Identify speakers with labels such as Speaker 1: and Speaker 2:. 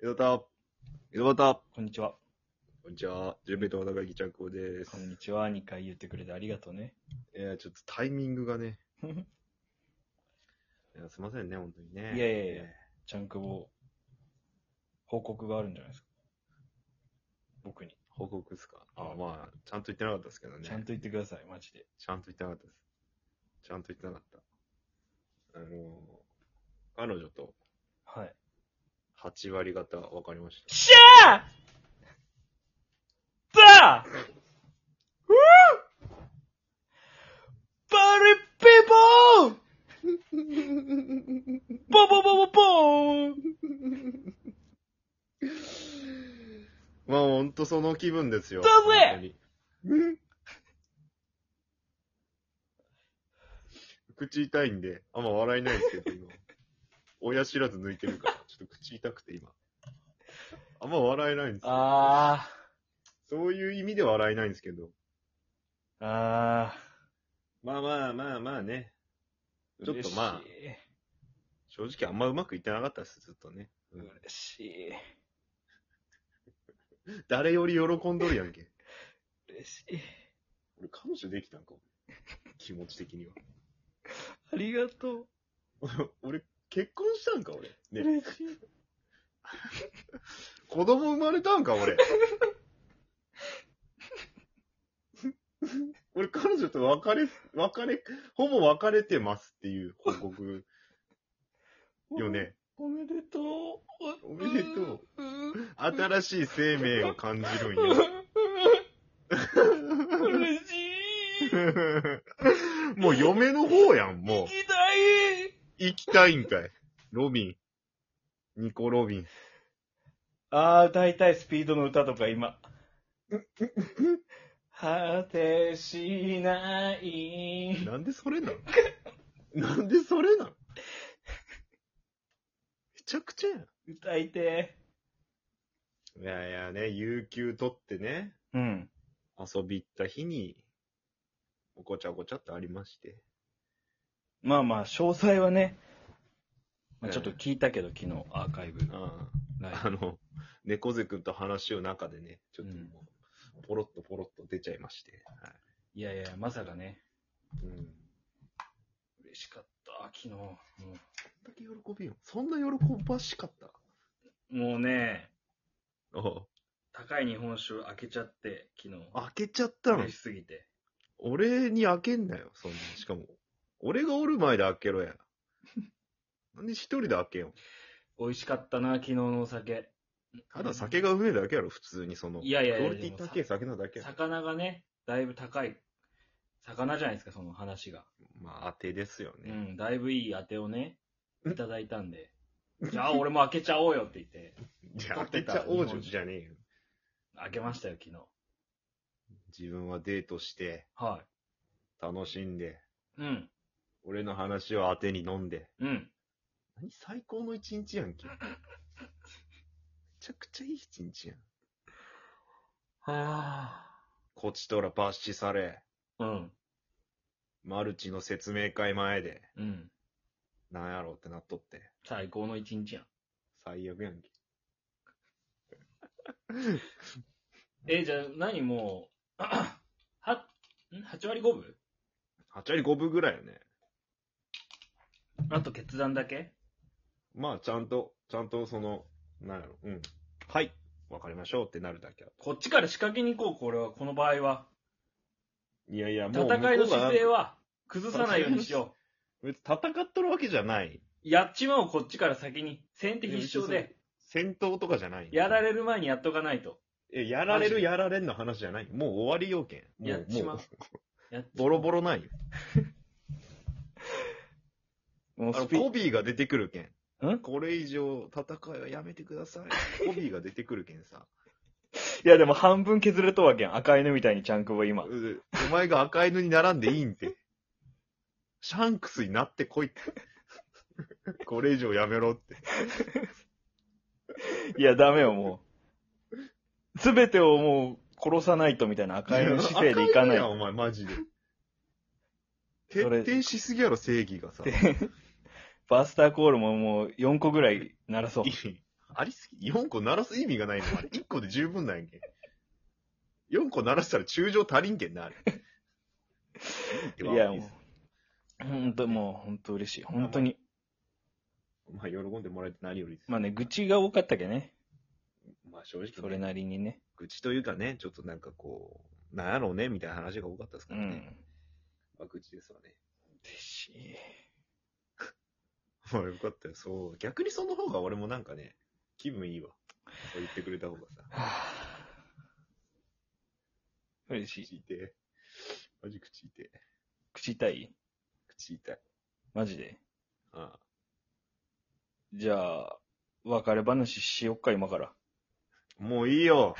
Speaker 1: 江戸田、江戸端、
Speaker 2: こんにちは。
Speaker 1: こんにちは、準備と高木着工で
Speaker 2: こ
Speaker 1: す。
Speaker 2: んにちは。2回言ってくれてありがとうね。
Speaker 1: いや、ちょっとタイミングがね、いやすいませんね、本当にね。
Speaker 2: いやいやいやちゃんくぼ、報告があるんじゃないですか。僕に。
Speaker 1: 報告ですかあ、まあ、ちゃんと言ってなかったですけどね。
Speaker 2: ちゃんと言ってください、マジで。
Speaker 1: ちゃんと言ってなかったです。ちゃんと言ってなかった。あのー、彼女と
Speaker 2: はい。
Speaker 1: 8割方分かりまし
Speaker 2: しゃーバーうぅバリピボーボボボボボー
Speaker 1: た。まあ、ほんとその気分ですよ。
Speaker 2: だぜ
Speaker 1: 本当に口痛いんで、あんま笑えないですけど、今。親知らず抜いてるから、ちょっと口痛くて今。あんま笑えないんですよ。
Speaker 2: あ
Speaker 1: そういう意味で笑えないんですけど。
Speaker 2: ー。あ
Speaker 1: まあまあまあまあね。
Speaker 2: ー。
Speaker 1: ちょっとまあ
Speaker 2: 嬉しい
Speaker 1: 正直あんまうまくいってなかったです、ずっとね。うん
Speaker 2: 嬉しい。
Speaker 1: 誰より喜んどるやんけ。
Speaker 2: 嬉しい。
Speaker 1: 俺、彼女できたんか。気持ち的 には。
Speaker 2: ありがとう。
Speaker 1: 俺、結婚したんか、俺。ね。
Speaker 2: 嬉しい。
Speaker 1: 子供生まれたんか、俺。 俺、彼女と別れ、別れ、ほぼ別れてますっていう報告よ ね。
Speaker 2: お。おめでとう。
Speaker 1: おめでと
Speaker 2: う。
Speaker 1: 新しい生命を感じるん よ。
Speaker 2: う嬉しい。行
Speaker 1: もう嫁の方やん、もう。
Speaker 2: きたい。
Speaker 1: 行きたいんかい。ロビン。ニコロビン。
Speaker 2: あー、歌いたいスピードの歌とか今。果てしない。
Speaker 1: なんでそれなのなんでそれなのめちゃくちゃやん。
Speaker 2: 歌いて
Speaker 1: いやいやね、有給取ってね、
Speaker 2: ー。うん。
Speaker 1: 遊び行った日に、ごちゃごちゃってありまして。
Speaker 2: まあまあ、詳細はね。まあ、
Speaker 1: ええ
Speaker 2: ちょっと聞いたけど、昨日アーカイブ。
Speaker 1: あ
Speaker 2: ライ
Speaker 1: ああの、猫背くんと話の中でね、ちょっと
Speaker 2: うん
Speaker 1: もう、ポロッとポロッと出ちゃいまして。はい
Speaker 2: ブいやいや、まさかね。
Speaker 1: うん。
Speaker 2: 嬉しかった、昨日。も
Speaker 1: どんだけ喜びよ。そんな喜ばしかった
Speaker 2: うもうね、
Speaker 1: あ
Speaker 2: 高い日本酒開けちゃって、昨日。
Speaker 1: あ、開けちゃったの
Speaker 2: 嬉し。すぎて。
Speaker 1: 俺に開けんなよ、そんな。しかも、俺がおる前で開けろ や。なんで一人で開けよん。
Speaker 2: 美味しかったな、昨日のお酒。
Speaker 1: ただ酒がうめえだけやろ、普通にその。
Speaker 2: いやいやいや
Speaker 1: クオリティ高い酒なだけやろ。
Speaker 2: 魚がね、だいぶ高い。魚じゃないですか、その話が。
Speaker 1: まあ、当てですよ
Speaker 2: う
Speaker 1: ね。
Speaker 2: ん、だいぶいい当てをね、
Speaker 1: うん
Speaker 2: いただいたんで。じゃあ、俺も開けちゃおうよって言って、
Speaker 1: じゃあ、当てちゃ王女じゃねえよ。
Speaker 2: 開けましたよ、昨日。
Speaker 1: 自分はデートして、
Speaker 2: は
Speaker 1: 楽しんで、
Speaker 2: い。うん、
Speaker 1: 俺の話を当てに飲んで。
Speaker 2: うん。
Speaker 1: 何最高の一日やんけ。めちゃくちゃいい一日やん。
Speaker 2: は
Speaker 1: こちとら罰視され、
Speaker 2: あ。うん、
Speaker 1: マルチの説明会前で、
Speaker 2: うん。
Speaker 1: なんやろうってなっとって。
Speaker 2: 最高の一日やん。
Speaker 1: 最悪やんけ。
Speaker 2: え、じゃあ、何もう、 は、ん ?8 割5分
Speaker 1: 8割5分ぐらいよね。
Speaker 2: あと決断だけ
Speaker 1: まあ、ちゃんと、ちゃんとその、なんやろ、うん。はい。わかりましょうってなるだけだと。
Speaker 2: こっちから仕掛けに行こう、これは、この場合は。
Speaker 1: いやいや、もう。
Speaker 2: 戦いの姿勢
Speaker 1: は。
Speaker 2: は崩さないようにしよ
Speaker 1: 別に戦っとるわけじゃない。
Speaker 2: う。やっちまおう、こっちから先に。先手必勝で、
Speaker 1: 戦闘とかじゃない。
Speaker 2: やられる前にやっとかないと。
Speaker 1: え、やられ
Speaker 2: マ
Speaker 1: る
Speaker 2: ジ
Speaker 1: やられんの話じゃない。もう終わり要件。もう、
Speaker 2: やっちまう
Speaker 1: も
Speaker 2: やっち
Speaker 1: う、ボロボロないよ。
Speaker 2: もう
Speaker 1: あの、
Speaker 2: スピ
Speaker 1: コビーが出てくるけん。
Speaker 2: ん
Speaker 1: これ以上戦いはやめてください。コビーが出てくるけんさ。
Speaker 2: いやでも半分削れとわけやん。赤犬みたいにちゃんくぼ 今。
Speaker 1: うお前が赤犬に並んでいいんて。シャンクスになってこいって。これ以上やめろって。
Speaker 2: いやダメよもう。すべてをもう殺さないとみたいな 赤犬姿勢でいかな
Speaker 1: 赤犬
Speaker 2: い。
Speaker 1: やんお前マジで。徹
Speaker 2: それ
Speaker 1: 底しすぎやろ、正義がさ。
Speaker 2: でバスターコールももう4個ぐらい鳴らそう。
Speaker 1: いいありすぎ、4個鳴らす意味がないのあれ。1個で十分なんやけ。4個鳴らしたら中上足りんけんな、あれ。
Speaker 2: いや、もう、本当もう、本当嬉しい。本当に。
Speaker 1: う。まあ、喜んでもらえて何よりです。
Speaker 2: まあね、愚痴が多かったけどね。
Speaker 1: まあ、正直、
Speaker 2: それなりにね。
Speaker 1: 愚痴というかね、ちょっとなんかこう、なんやろうね、みたいな話が多かったです
Speaker 2: う
Speaker 1: からね。
Speaker 2: ん。
Speaker 1: まあ、愚痴ですわね。
Speaker 2: 嬉しい。
Speaker 1: まあ、よかったよ。そう。逆にその方が俺もなんかね、気分いいわ。そう言ってくれた方がさ。
Speaker 2: はあ嬉しい。
Speaker 1: 口痛い。マジ口痛い。
Speaker 2: 口痛い
Speaker 1: 口痛い。
Speaker 2: マジで
Speaker 1: ああ。
Speaker 2: じゃあ、別れ話しよっか、今から。
Speaker 1: もういいよ。